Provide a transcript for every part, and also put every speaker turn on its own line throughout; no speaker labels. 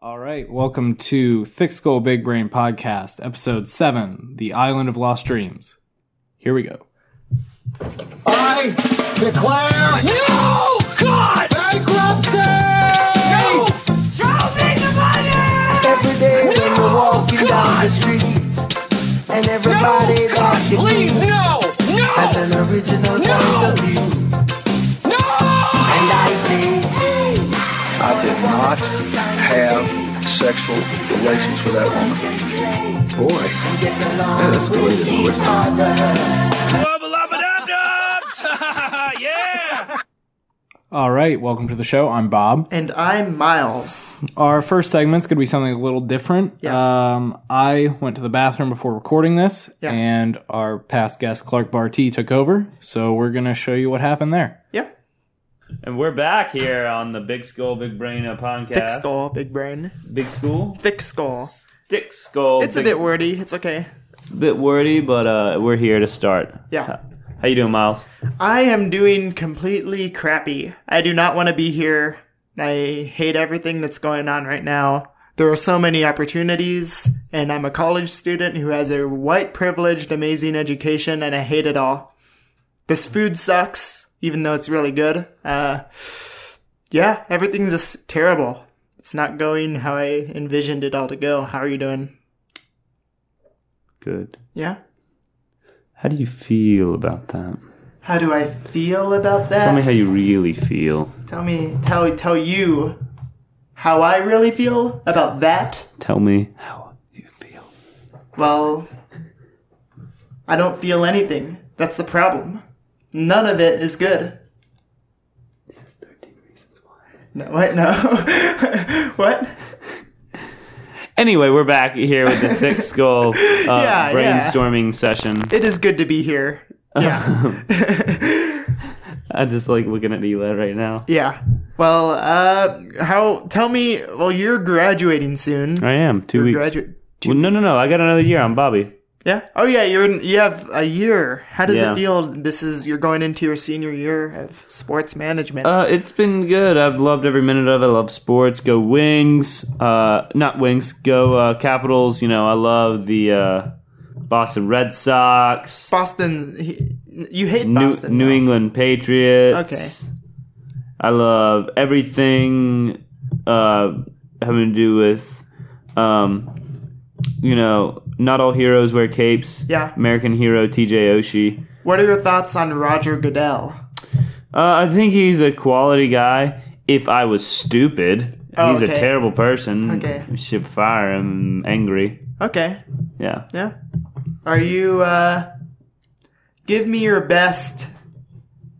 All right, welcome to Thick Skull Big Brain Podcast, Episode 7 The Island of Lost Dreams. Here we go.
I declare no God bankruptcy. No,
Every day when you're walking down the street, and everybody
God,
that you
please,
meet
no,
has
no,
an original
No.
point of view.
no.
And I say,
I did not have sexual relations with that woman.
get along with each other.
All right, welcome to the show. I'm Bob.
And I'm Miles.
Our first segment's going to be something a little different.
Yeah.
Um, I went to the bathroom before recording this,
Yeah.
and our past guest, Clark Barty, took over. So we're going to show you what happened there.
Yeah.
And we're back here on the Big Skull, Big Brain uh, podcast.
Thick skull, big brain.
Big School?
Thick skull.
Thick Skull.
It's a
Big-
bit wordy. It's okay.
It's a bit wordy, but uh, we're here to start.
Yeah.
How you doing, Miles?
I am doing completely crappy. I do not want to be here. I hate everything that's going on right now. There are so many opportunities, and I'm a college student who has a white privileged, amazing education, and I hate it all. This food sucks, even though it's really good. Uh, yeah, everything's just terrible. It's not going how I envisioned it all to go. How are you doing?
Good.
Yeah.
How do you feel about that?
How do I feel about that?
Tell me how you really feel.
Tell me, tell tell you how I really feel about that.
Tell me how you feel.
Well, I don't feel anything. That's the problem. None of it is good. No, what? No. what?
Anyway, we're back here with the Thick Skull uh,
yeah.
brainstorming session.
It is good to be here.
Uh-huh.
Yeah.
I just like looking at Ela right now.
yeah. Well, uh, how? Tell me. Well, you're graduating soon.
I am 2
You're
weeks.
gradu-
well, no, no, no. I got another year. I'm Bobby.
Yeah. Oh yeah, you're in, you have a year. How does
Yeah.
it feel? This is you're going into your senior year of sports management.
Uh, it's been good. I've loved every minute of it. I love sports. Go Wings. Uh, not Wings. Go uh, Capitals. You know, I love the uh, Boston Red Sox,
Boston, he, you hate
New,
Boston.
New
though.
England Patriots. Okay. I love everything uh, having to do with, um, you know, not all heroes wear capes.
Yeah.
American hero TJ Oshie.
What are your thoughts on Roger Goodell?
Uh, I think he's a quality guy. If I was stupid,
Oh,
he's
okay.
a terrible person.
Okay.
We should fire him. Angry.
Okay.
Yeah.
Yeah. Are you? uh Give me your best.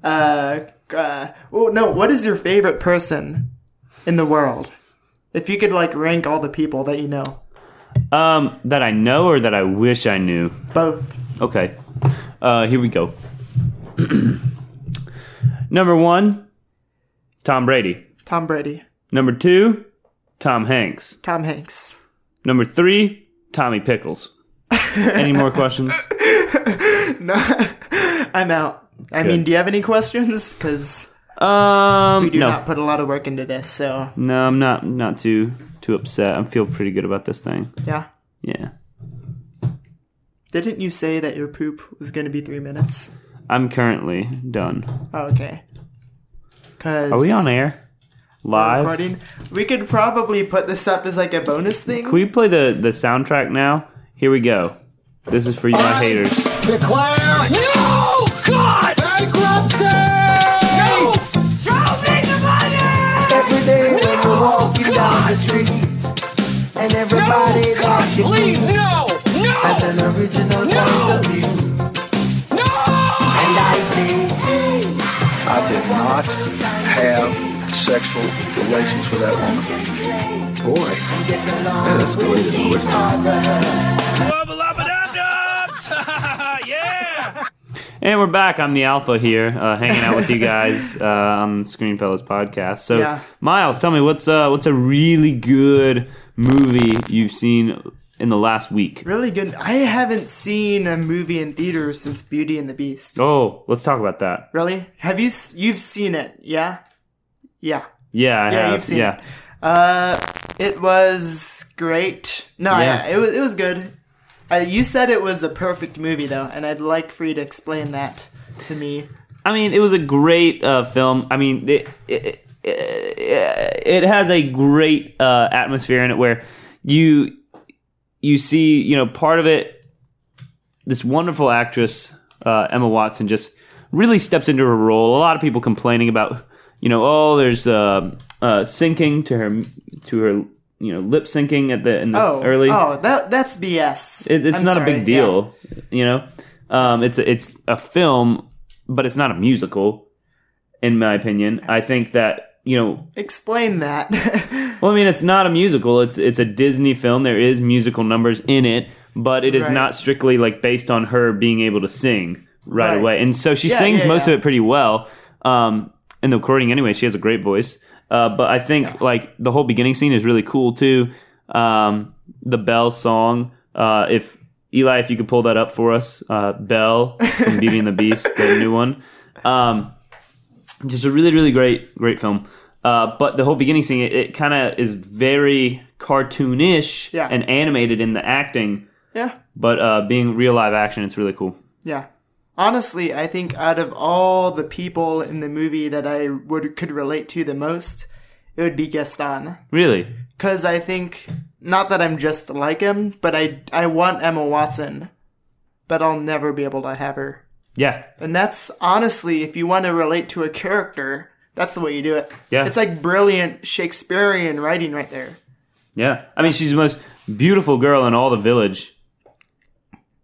Uh, uh. Oh no! What is your favorite person in the world? If you could like rank all the people that you know,
Um, that I know or that I wish I knew.
both.
Okay. Uh, here we go. Number one, Tom Brady.
Tom Brady,
Number two, Tom Hanks.
Tom Hanks.
Number three, Tommy Pickles. Any more questions?
No, I'm out. I mean, do you have any questions? Because
Um,
we do
no. Mm.
not put a lot of work into this, so
No, I'm not not too too upset. I am feel pretty good about this thing.
yeah.
Yeah.
Didn't you say that your poop was going to be three minutes?
I'm currently done.
Oh, okay. Cause
Are we on air?
we're
Live? Can
Recording. We could probably put this up as like a bonus thing.
we play the, the soundtrack now? Here we go. This is for you, my haters.
Declare no God bankruptcy. No,
Every day when you're walking down the street, and everybody
no
that
God,
you
please,
meet
no,
has
no,
an original point of view.
no.
And I say,
I did not have sexual relations with that woman.
get along with each other.
And we're back. I'm the Alpha here, uh, hanging out with you guys uh, on Screenfellas podcast. So,
Yeah.
Miles, tell me what's uh, what's a really good movie you've seen in the last week?
Really good. I haven't seen a movie in theaters since Beauty and the Beast.
Oh, let's talk about that.
Really? Have you? s- You've seen it? Yeah. Yeah.
Yeah, I
Yeah,
have.
you've seen
yeah,
Uh, It was great. No, I-
Yeah.
it was it was good. Uh, you said it was a perfect movie though, and I'd like for you to explain that to me.
I mean, it was a great uh, film. I mean, it, it, it, it has a great uh, atmosphere in it where you you see, you know, part of it. This wonderful actress uh, Emma Watson just really steps into her role. A lot of people complaining about, you know, oh, there's uh, uh, syncing to her to her, you know, lip syncing at the in this
Oh,
early
Oh, that that's BS.
it, it's
I'm
not
sorry,
a big
yeah.
deal, you know. Um, it's a, it's a film, but it's not a musical, in my opinion. I think that you know,
Explain that.
well, I mean, it's not a musical. It's it's a Disney film. There is musical numbers in it, but it is
Right.
not strictly like based on her being able to sing right,
Right.
away. And so she
Yeah,
sings
yeah,
most
yeah.
of it pretty well um, in the recording. Anyway, she has a great voice. Uh, but I think like the whole beginning scene is really cool too. Um, the Bell song. Uh, if Eli, if you could pull that up for us, uh, Bell from Beauty and the Beast, the new one. Um, just a really really great great film uh, but the whole beginning scene it, it kind of is very cartoonish
Yeah.
and animated in the acting
yeah.
but uh, being real live action it's really cool
Yeah. Honestly, I think out of all the people in the movie that I would could relate to the most, it would be Gaston.
really
Cause I think not that I'm just like him, but I I want Emma Watson, but I'll never be able to have her.
yeah
And that's honestly, if you want to relate to a character, that's the way you do it.
Yeah.
It's like brilliant Shakespearean writing right there.
yeah i mean she's the most beautiful girl in all the village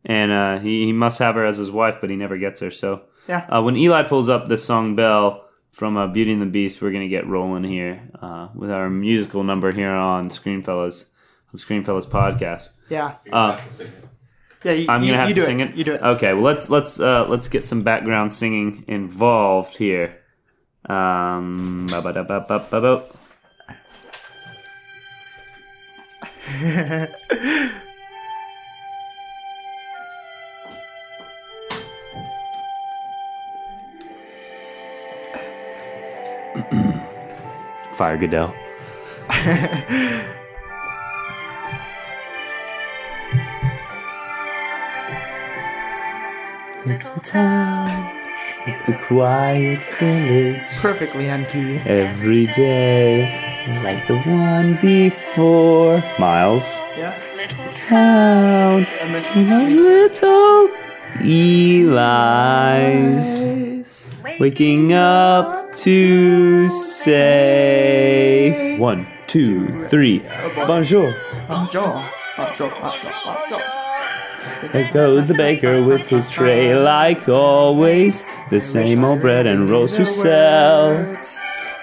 and uh, he, he must have her as his wife but he never gets her so
Yeah.
uh, when eli pulls up this song bell from uh, beauty and the beast we're gonna get rolling here uh, with our musical number here on screenfellas the screenfellas podcast
Yeah.
uh,
Yeah. You,
I'm
you-
gonna have
you
to
do
sing it.
You do it.
Okay. Well, let's let's uh, let's get some background singing involved here. Um. ba-ba-da-ba-ba-ba-bo. Fire Goodell.
Little town, it's a
Quiet village.
Perfectly on key.
every day like the one before miles
Yeah.
little town.
down
I miss
a little eli's waking up to say one two three bonjour
Joel. Oh, Joel. Oh, Joel. Oh, Joel.
There goes the baker with his tray, like always. The same old bread and rolls to sell.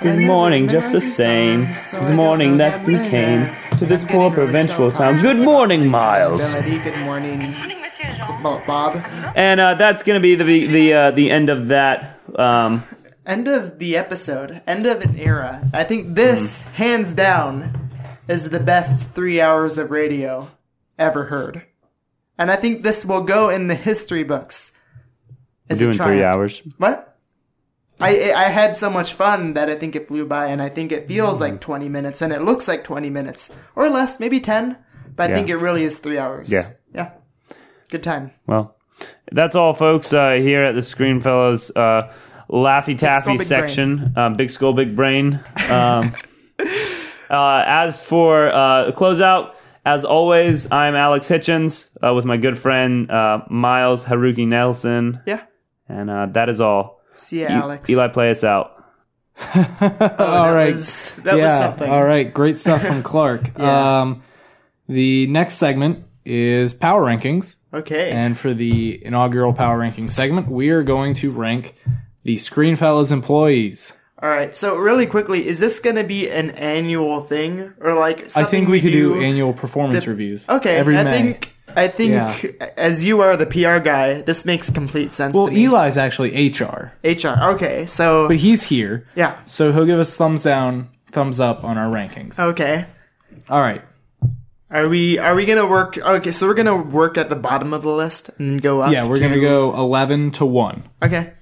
Good morning, just the same. This morning that we came to this poor provincial town. Good morning, Miles.
Melody, good morning.
Morning, Monsieur Jean.
Bo- Bob.
And uh, that's gonna be the the uh, the end of that. Um,
End of the episode. End of an era. I think this,
Mm-hmm.
hands down, is the best three hours of radio ever heard. And I think this will go in the history books. as a triumph. What? I I I had so much fun that I think it flew by, and I think it feels
Mm-hmm.
like 20 minutes, and it looks like 20 minutes or less, maybe 10. But I
Yeah.
think it really is three hours.
Yeah.
Yeah. Good time.
Well, that's all, folks. Uh, here at the Screenfellows uh, Laffy Taffy
Big
section, um, Big Skull, Big Brain. Um, uh, as for uh, closeout, as always, I'm Alex Hitchens uh, with my good friend uh, Miles Haruki Nelson,
Yeah.
and uh, that is all.
See ya,
E-
Alex.
Eli, play us out.
Oh, that
All right.
was- that was something.
All right, great stuff from Clark.
Yeah.
um, the next segment is power rankings,
Okay.
and for the inaugural power ranking segment, we are going to rank the Screenfellas employees.
All right. So really quickly, is this going to be an annual thing or like
I
something
think we could do annual performance
the-
reviews.
Okay.
every
I
May.
think I think
Yeah.
as you are the PR guy, this makes complete sense
well,
to me.
Eli's actually HR,
HR. Okay. So
but he's here,
yeah.
so he'll give us thumbs down, thumbs up on our rankings.
Okay.
All right,
Are we are we going to work Okay, so we're going to work at the bottom of the list and go up.
yeah, we're gonna go eleven to one.
Okay.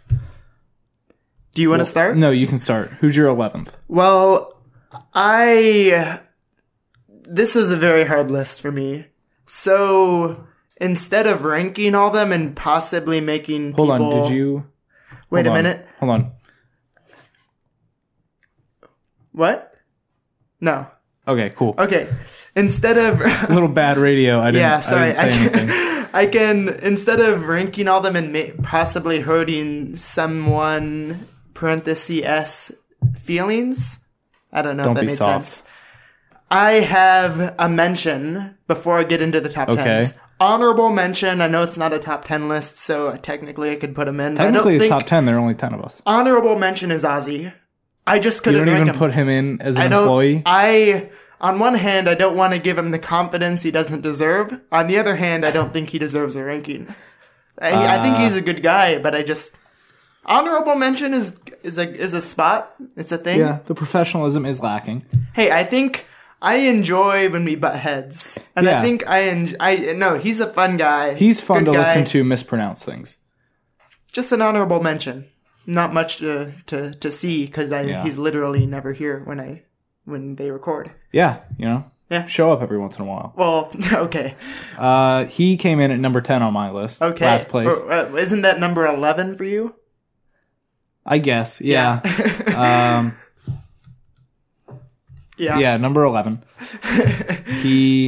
Do you want to start?
No, you can start. Who's your eleventh?
Well, I this is a very hard list for me. So instead of ranking all them and possibly making
Hold
people,
on, did you?
wait a
hold on,
minute?
Hold on.
What? No.
Okay, cool.
Okay. Instead of
A little bad radio. I didn't,
yeah,
I
sorry.
didn't say
can,
anything.
I can instead of ranking all them and ma- possibly hurting someone parentheses s feelings. I don't know
Don't
if that
be
made
soft.
sense. I have a mention before I get into the top
Okay.
tens. Honorable mention. I know it's not a top ten list, so technically I could put them in. but
Technically,
I
it's
don't think
top 10. There are only 10 of us.
honorable mention is Ozzy. I just
You
couldn't
don't
rank
even
him.
put him in as
I
an
don't.
employee.
I on one hand, I don't want to give him the confidence he doesn't deserve. On the other hand, I don't think he deserves a ranking. I, I think he's a
Ah.
good guy, but I just honorable mention is is a is a spot. It's a thing.
yeah, the professionalism is lacking.
Hey, I think I enjoy when we butt heads, and
Yeah.
I think I en- I no, he's a fun guy.
He's fun
Good
to
guy.
listen to mispronounce things.
Just an honorable mention. Not much to to to see because I
Yeah.
he's literally never here when I when they record.
Yeah, you know?
Yeah.
Show up every once in a while.
Well, okay.
Uh, he came in at number 10 on my list.
Okay.
Last place.
Or, uh, isn't that number 11 for you?
I guess. Yeah. um,
Yeah.
yeah, number 11. he,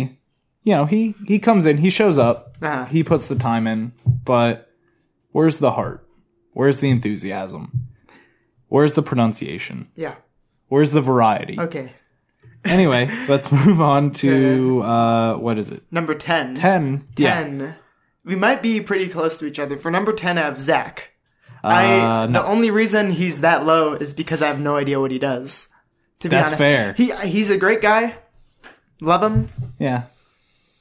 you know, he, he comes in, he shows up,
Uh-huh.
he puts the time in, but where's the heart? Where's the enthusiasm? Where's the pronunciation?
Yeah.
Where's the variety?
Okay.
Anyway, let's move on to uh, what is it?
Number 10.
10. Yeah.
10. We might be pretty close to each other. For number 10, I have Zach. I,
Uh, no.
The only reason he's that low is because I have no idea what he does. To be
That's
honest.
fair.
He, he's a great guy. Love him.
Yeah.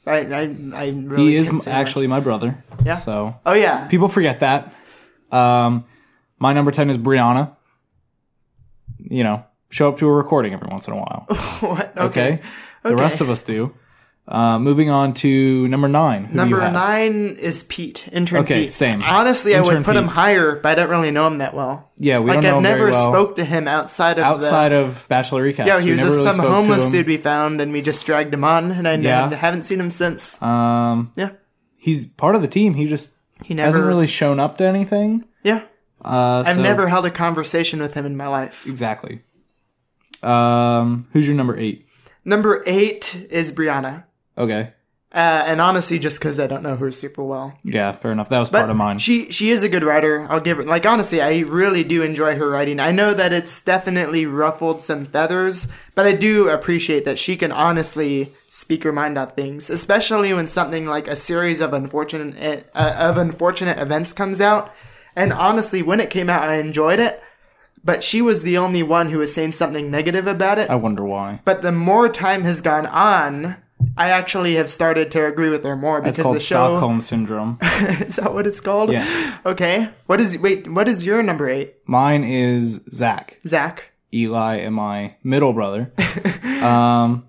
I, I, I really
He is
can't say much.
actually my brother.
Yeah.
So
Oh, yeah.
people forget that. Um, my number 10 is Brianna. You know, show up to a recording every once in a while.
What?
Okay.
Okay.
The rest of us do. Uh, moving on to number nine. Who do you
Number
have?
nine is Pete, intern
Okay,
Pete.
same.
Honestly, I
Intern
would put him
Pete.
higher, but I don't really know him that well.
Yeah, we
like
don't know
I've
him
never
very well.
spoke to him outside of
Outside
the,
of Bachelor Recap.
yeah, he was just some homeless dude
dude.
we found, and we just dragged him on, and I
Yeah.
n- haven't seen him since.
Um,
yeah,
he's part of the team. He just
he
hasn't
never
really shown up to anything.
Yeah,
Uh,
I've
so-
never held a conversation with him in my life.
Exactly. Um, who's your number eight?
Number eight is Brianna,
Okay.
uh, and honestly, just because I don't know her super well,
Yeah, fair enough. That was
but
part of mine.
she she is a good writer. I'll give her like honestly, I really do enjoy her writing. I know that it's definitely ruffled some feathers, but I do appreciate that she can honestly speak her mind on things, especially when something like a series of unfortunate uh, of unfortunate events comes out. And honestly, when it came out, I enjoyed it, but she was the only one who was saying something negative about it.
I wonder why.
But the more time has gone on. I actually have started to agree with her more
That's
because
called
the show
Stockholm syndrome.
is that what it's called?
Yes.
Okay. What is wait? What is your number eight,
Mine is Zach.
Zach?
Eli and my middle brother. um,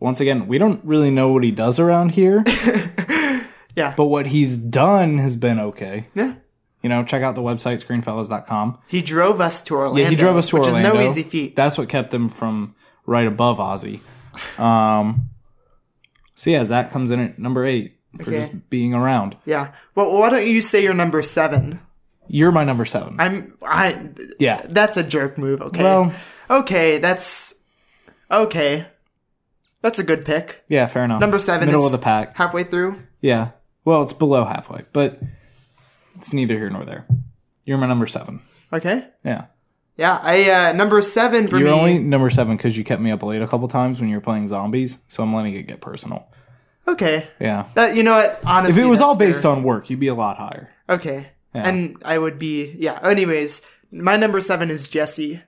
once again, we don't really know what he does around here.
Yeah.
But what he's done has been okay.
Yeah.
You know, check out the website screenfellas.com.
He drove us to Orlando.
Yeah, he drove us to
which
Orlando.
is no easy feat.
That's what kept him from right above Ozzy. Um, so yeah, Zach comes in at number eight for
Okay.
just being around.
yeah. Well, why don't you say your number seven?
You're my number seven.
I'm. I.
yeah.
That's a jerk move. Okay.
Well,
okay. That's okay. That's a good pick.
yeah, fair enough.
Number seven.
middle
is
of the pack.
Halfway through.
Yeah. Well, it's below halfway, but it's neither here nor there. You're my number seven.
Okay.
Yeah.
Yeah. I uh, number seven for
You're
me.
only number seven because you kept me up late a couple times when you were playing zombies, so I'm letting it get personal.
Okay.
Yeah.
That you know what?
If
Honestly,
it was all
that's
based
fair.
on work, you'd be a lot higher.
Okay.
Yeah.
And I would be yeah. Anyways, my number seven is Jesse.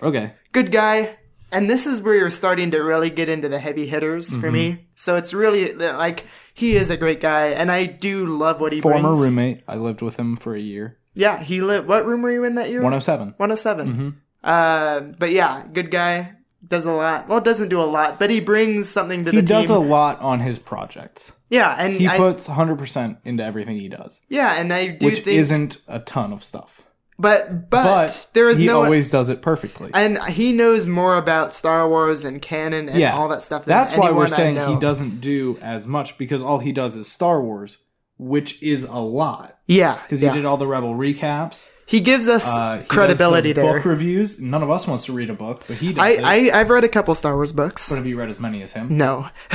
Okay.
good guy. And this is where you're starting to really get into the heavy hitters for
Mm-hmm.
me. So it's really like he is a great guy, and I do love what he
Former
brings.
roommate. I lived with him for a year.
Yeah, he lived. What room were you in that year?
107.
107.
Mm-hmm.
Uh, but yeah, good guy. Does a lot. Well, doesn't do a lot, but he brings something to
He
the
does
team.
a lot on his projects.
yeah, and
He
I,
puts 100% into everything he does,
yeah, and I do
which
think
isn't a ton of stuff.
But but,
But
there is
he
no
always does it perfectly.
and he knows more about Star Wars and canon and
yeah,
all that stuff. Than
That's why
anyone
we're
I
saying he
know.
doesn't do as much because all he does is Star Wars, which is a lot.
Yeah,
Because
yeah.
he did all the Rebel recaps,
He gives us
uh, he
credibility
does the
there.
Book reviews. None of us wants to read a book, but he does. it.
I, I I've read a couple Star Wars books.
But have you read as many as him?
no.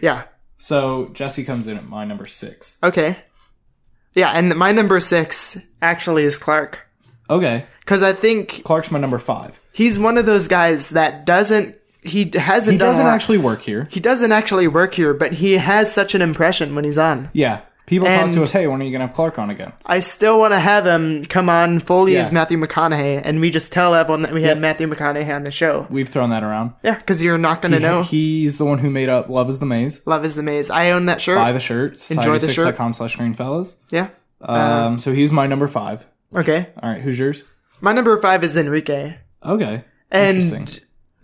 yeah.
So Jesse comes in at my number six.
Okay. Yeah, and my number six actually is Clark
Okay,
because I think
Clark's my number five.
he's one of those guys that doesn't. He hasn't.
He
done a
doesn't
lot.
actually work here.
He doesn't actually work here, but he has such an impression when he's on.
Yeah, people talk
And-
to us. Hey, when are you gonna have Clark on again?
I still want to have him come on fully as
Yeah.
Matthew McConaughey, and we just tell everyone that we had Matthew McConaughey on the show.
We've thrown that around.
Yeah, because you're not gonna know.
He's the one who made up "Love Is the Maze."
Love is the maze. I own that shirt.
Buy the shirt.
Enjoy the shirt. Uh,
Society6.com slash Greenfellas.
yeah.
Um, so he's my number five.
Okay.
All right, who's yours?
My number five is Enrique.
Okay.
And
Interesting.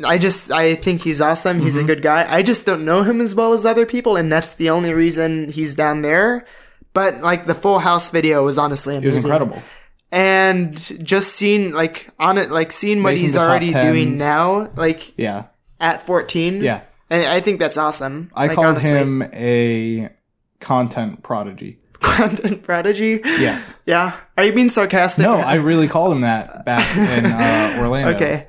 Mm-hmm.
I just I think he's awesome. He's a good guy. I just don't know him as well as other people, and that's the only reason he's down there. But like the Full House video was honestly
It
amazing.
was incredible.
And just seeing like on it, like seeing what
Making
he's
the top
already doing
10s.
now, like
Yeah.
at fourteen.
Yeah.
And I think that's awesome.
I
like,
called
honestly.
him a content prodigy.
content prodigy.
Yes.
Yeah. Are you being sarcastic?
No, I really called him that back in uh, Orlando.
Okay.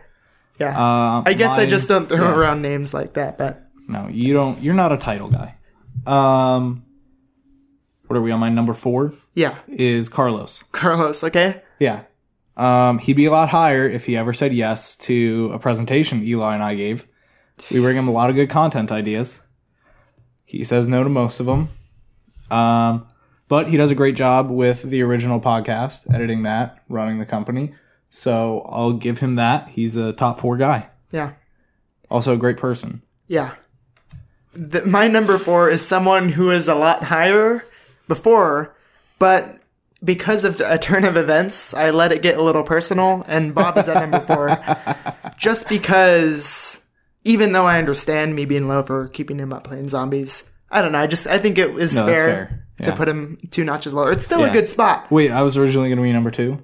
Yeah.
Uh,
I guess I
my-
just don't throw
yeah.
around names like that, but
No, you don't. You're not a title guy. Um, what are we on? My number four
yeah.
is Carlos.
Carlos, okay?
Yeah. Um, he'd be a lot higher if he ever said yes to a presentation Eli and I gave. We bring him a lot of good content ideas. He says no to most of them. Um, but he does a great job with the original podcast, editing that, running the company. So I'll give him that. He's a top four guy.
Yeah.
Also a great person.
Yeah. The, my number four is someone who is a lot higher before, but because of a turn of events, I let it get a little personal, and Bob is at number four. Just because, even though I understand me being low for keeping him up playing zombies, I don't know. I just I think it is
No, that's
fair,
fair.
to
Yeah.
put him two notches lower. It's still a
Yeah.
good spot.
Wait, I was originally going to be number two.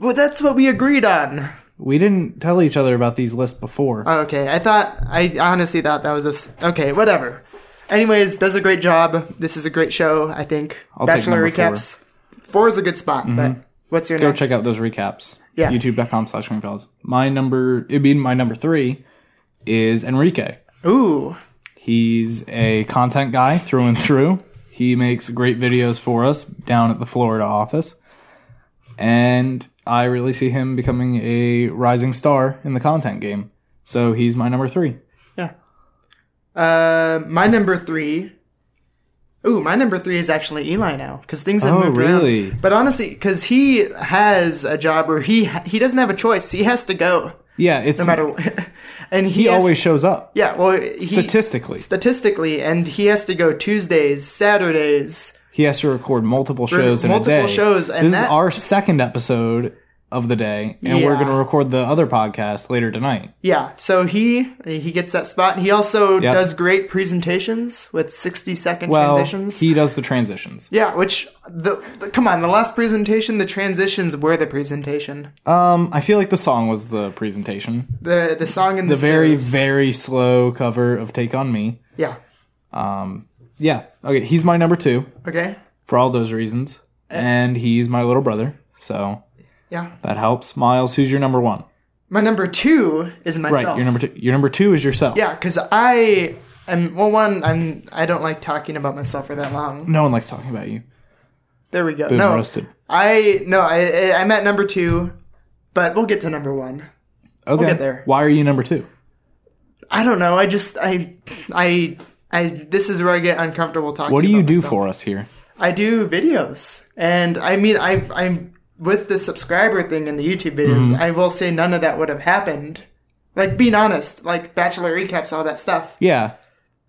Well, that's what we agreed on.
We didn't tell each other about these lists before.
Okay, I thought I honestly thought that was a s- okay, whatever. Anyways, does a great job. This is a great show. I think
I'll take
Bachelor
number Mm-hmm.
recaps. Four. is a good spot, but what's your
go
next?
check out those recaps.
Yeah.
YouTube.com slash Greenfellas. My number, it'd be my number three, is Enrique.
Ooh,
He's a content guy through and through. He makes great videos for us down at the Florida office. And I really see him becoming a rising star in the content game. So he's my number three.
yeah. Uh, my number three. Ooh, my number three is actually Eli now because things have
Oh,
moved around.
really?
But honestly, because he has a job where he ha- he doesn't have a choice. He has to go
Yeah, it's
no matter. what. and he,
he
has-
always shows up
yeah. Well, he,
statistically.
statistically, and he has to go Tuesdays, Saturdays.
He has to record multiple shows in
multiple
a day.
shows, and
this is
that-
our second episode of the day, and we're
Yeah.
going to record the other podcast later tonight.
Yeah, so he he gets that spot. He also
Yep.
does great presentations with sixty second
Well,
transitions.
he does the transitions.
yeah, which the, the come on, the last presentation, the transitions were the presentation.
Um, I feel like the song was the presentation.
The the song and the,
The very,
stairs.
very slow cover of "Take on Me."
yeah.
Yeah. Okay, he's my number two
Okay.
for all those reasons, and he's my little brother, so
Eh. Yeah.
that helps. Miles, who's your number one?
My number two is
Right,
myself.
your number two. Your number two is yourself.
Yeah, because I am well one, I'm I don't like talking about myself for that long.
No one likes talking about you.
There we go.
Boom,
no.
roasted.
I no, I I- I'm at number two, but we'll get to number one.
Okay.
get there.
Why are you number two?
I don't know. I just I I I this is where I get uncomfortable talking.
What do you
about
do
myself.
for us here?
I do videos, and I mean I I'm with the subscriber thing in the YouTube videos.
Mm-hmm.
I will say none of that would have happened. Like being honest, like bachelor recaps, all that stuff.
Yeah.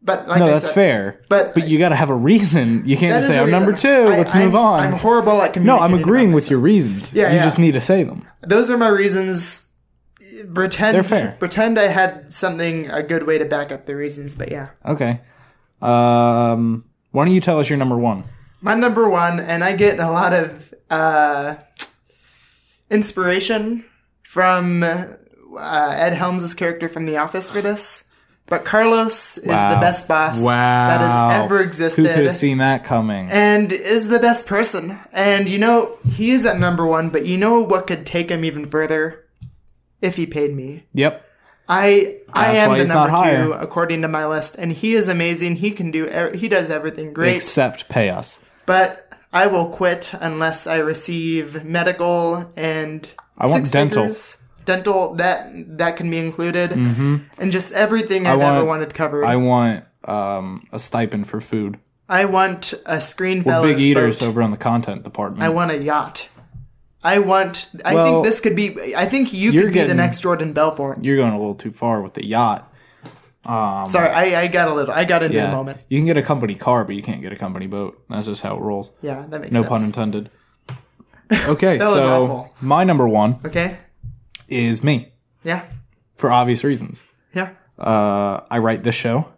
But like
No,
I
that's
said,
fair.
but-
but you got to have a reason. You can't
that
just
is
say
the
I'm number
reason.
two.
I-
let's
I'm-
move on.
I'm horrible at
no,
communicating.
I'm agreeing
about
with your
myself.
reasons.
Yeah,
you
yeah.
just need to say them.
Those are my reasons. Pretend
They're fair.
pretend I had something a good way to back up the reasons, but yeah.
Okay. Um, why don't you tell us your number one?
my number one, and I get a lot of uh, inspiration from uh, Ed Helms' character from The Office for this. But Carlos is the
Wow.
best boss
Wow.
that has ever
Who
existed
could have seen that coming?
and is the best person. And you know, he is at number one, but you know what could take him even further? If he paid me.
Yep.
I I
That's
am
why
the
he's not
number two
higher.
according to my list, and he is amazing. He can do ev- he does everything great,
Except pay us.
but I will quit unless I receive medical and
I want
six
dental.
figures. Dental that that can be included, and just everything I've
want-
ever wanted covered.
Mm-hmm. I
I,
want um, a stipend for food.
want a screen.
We're
fellas
big eaters
boat.
over on the content department.
I want a yacht. I want. I
Well,
think this could be. I think you
you're
could be the
getting- Oh
next Jordan Belfort.
You're going a little too far with the yacht.
Sorry, I, I got a little. I got into a
Yeah.
moment.
You can get a company car, but you can't get a company boat. That's just how it rolls.
Yeah, that makes
No
sense.
pun intended. Okay,
was
so
awful.
my number one
Okay.
is me
Yeah.
for obvious reasons.
Yeah.
Uh, I write this show.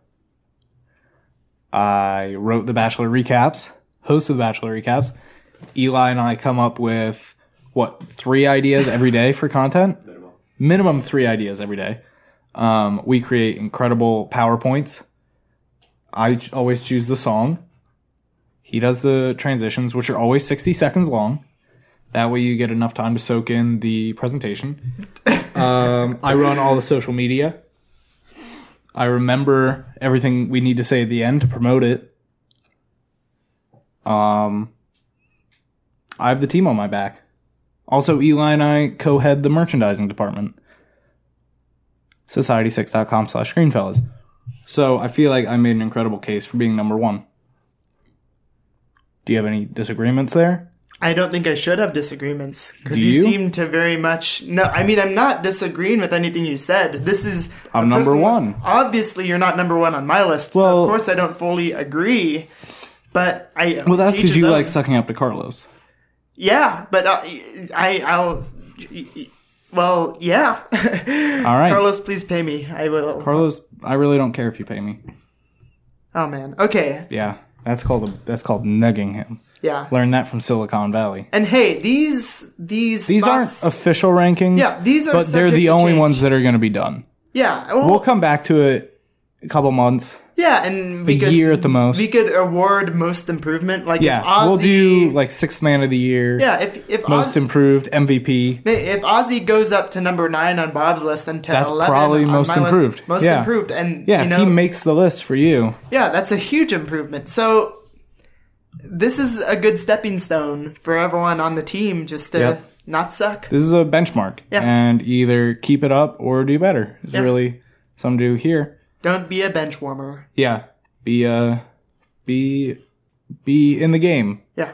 I wrote the Bachelor recaps, host of the Bachelor recaps. Eli and I come up with what three ideas every day for content. Minimum, three ideas every day. Um, we create incredible powerpoints. I ch- always choose the song. He does the transitions, which are always sixty seconds long. That way, you get enough time to soak in the presentation. Um, I run all the social media. I remember everything we need to say at the end to promote it. Um, I have the team on my back. Also, Eli and I co-head the merchandising department. Society6.com slash screenfellas. So I feel like I made an incredible case for being number one. Do you have any disagreements there?
I don't think I should have disagreements because
Do
you?
you?
seem to very much no. I mean, I'm not disagreeing with anything you said. This is
I'm
a
number
personal-
one.
Obviously, you're not number one on my list. so
Well-
of course, I don't fully agree. But I
Well, that's
to
because
each
you
his
like
own.
sucking up to Carlos.
yeah. But I, I I'll well yeah.
All right, Carlos.
Carlos, please pay me. I will.
Carlos, I really don't care if you pay me.
oh man. Okay.
Yeah, that's called a, that's called nugging him.
Yeah.
Learn that from Silicon Valley.
And hey, these these
These
spots,
aren't official rankings.
Yeah, these are
but they're
subject
the
to
only
change.
ones that are going to be done.
yeah. Well,
We'll come back to it a couple months,
yeah, and
a
we could,
year at the most.
We could award most improvement. Like
yeah,
if Ozzy,
we'll do like sixth man of the year,
Yeah, if if
most
Oz,
improved, MVP.
if Ozzy goes up to number nine on Bob's list and to
That's
11
probably
on
most
my list,
improved.
most
Yeah.
improved, and
Yeah,
you
if
know,
he makes the list for you,
yeah, that's a huge improvement. So this is a good stepping stone for everyone on the team, just to
Yep.
not suck.
this is a benchmark,
Yeah.
and either keep it up or do better. Is
Yeah.
really something to do here.
Don't be a bench warmer.
Yeah, be uh, be be in the game.
Yeah,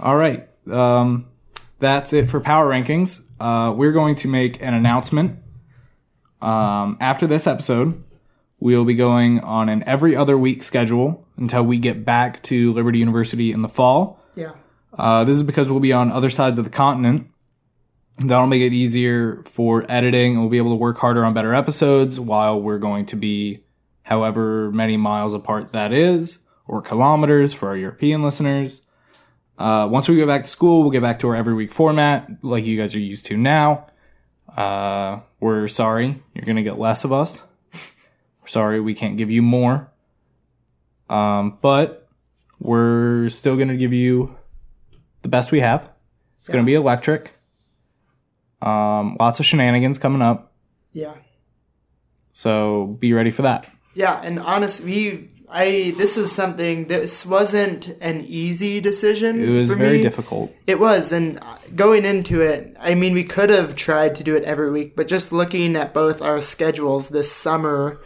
All right. Um, that's it for power rankings. Uh, we're going to make an announcement. Um, after this episode, we'll be going on an every other week schedule until we get back to Liberty University in the fall.
yeah,
Uh, this is because we'll be on other sides of the continent. That'll make it easier for editing, and we'll be able to work harder on better episodes while we're going to be however many miles apart that is, or kilometers for our European listeners. Uh, once we go back to school, we'll get back to our every week format like you guys are used to now. Uh, we're sorry you're going to get less of us. We're sorry we can't give you more. Um, but we're still going to give you the best we have. It's going to be electric. Um, lots of shenanigans coming up,
yeah.
so be ready for that.
Yeah, and honestly, we I this is something this wasn't an easy decision.
It was
for
very
me.
difficult.
It was, and going into it, I mean, we could have tried to do it every week, but just looking at both our schedules this summer,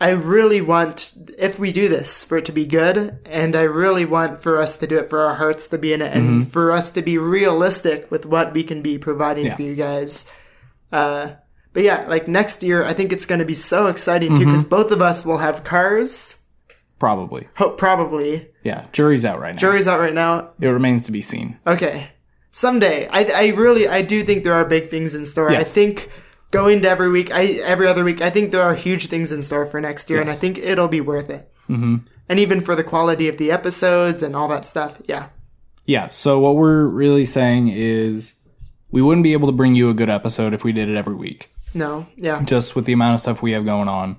I really want if we do this for it to be good, and I really want for us to do it for our hearts to be in it, and for us to be realistic with what we can be providing
Yeah.
for you guys. Uh, but yeah, like next year, I think it's going to be so exciting too because both of us will have cars.
Probably,
Ho- probably.
yeah. Jury's out right now.
Jury's out right now.
it remains to be seen.
Okay. Someday. I, I really, I do think there are big things in store. I
Yes.
think going to every week, I every other week, I think there are huge things in store for next year, and I think it'll be worth it. Mm-hmm. And even for the quality of the episodes and all that stuff. Yeah.
Yeah. So what we're really saying is, we wouldn't be able to bring you a good episode if we did it every week,
No, yeah.
just with the amount of stuff we have going on.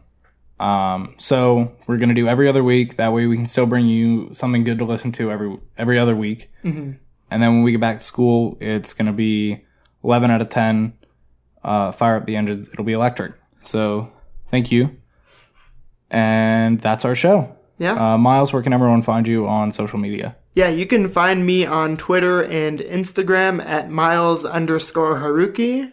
Um, so we're gonna do every other week. That way, we can still bring you something good to listen to every every other week. And then when we get back to school, it's gonna be eleven out of ten. Uh, fire up the engines; it'll be electric. So thank you, and that's our show.
Yeah.
Uh, Miles, where can everyone find you on social media?
Yeah, you can find me on Twitter and Instagram at Miles underscore Haruki.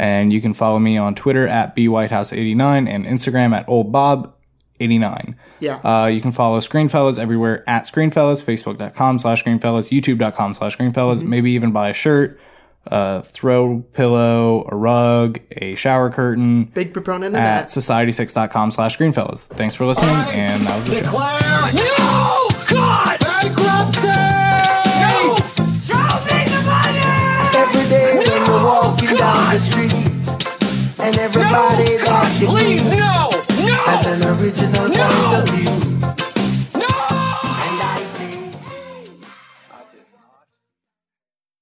And you can follow me on Twitter at bwhitehouse89 and Instagram at oldbob89.
Yeah.
Uh, you can follow Screenfellows everywhere at Screenfellows, Facebook.com slash Screenfellows, YouTube.com slash Screenfellows. Maybe even buy a shirt, a throw pillow, a rug, a shower curtain
Big proponent of
at
that.
society6.com slash Screenfellows. Thanks for listening, and that was the show.
Declare no God bankruptcy. No.
Every day when you're walking down the street, and everybody
God,
that you
please
meet,
no.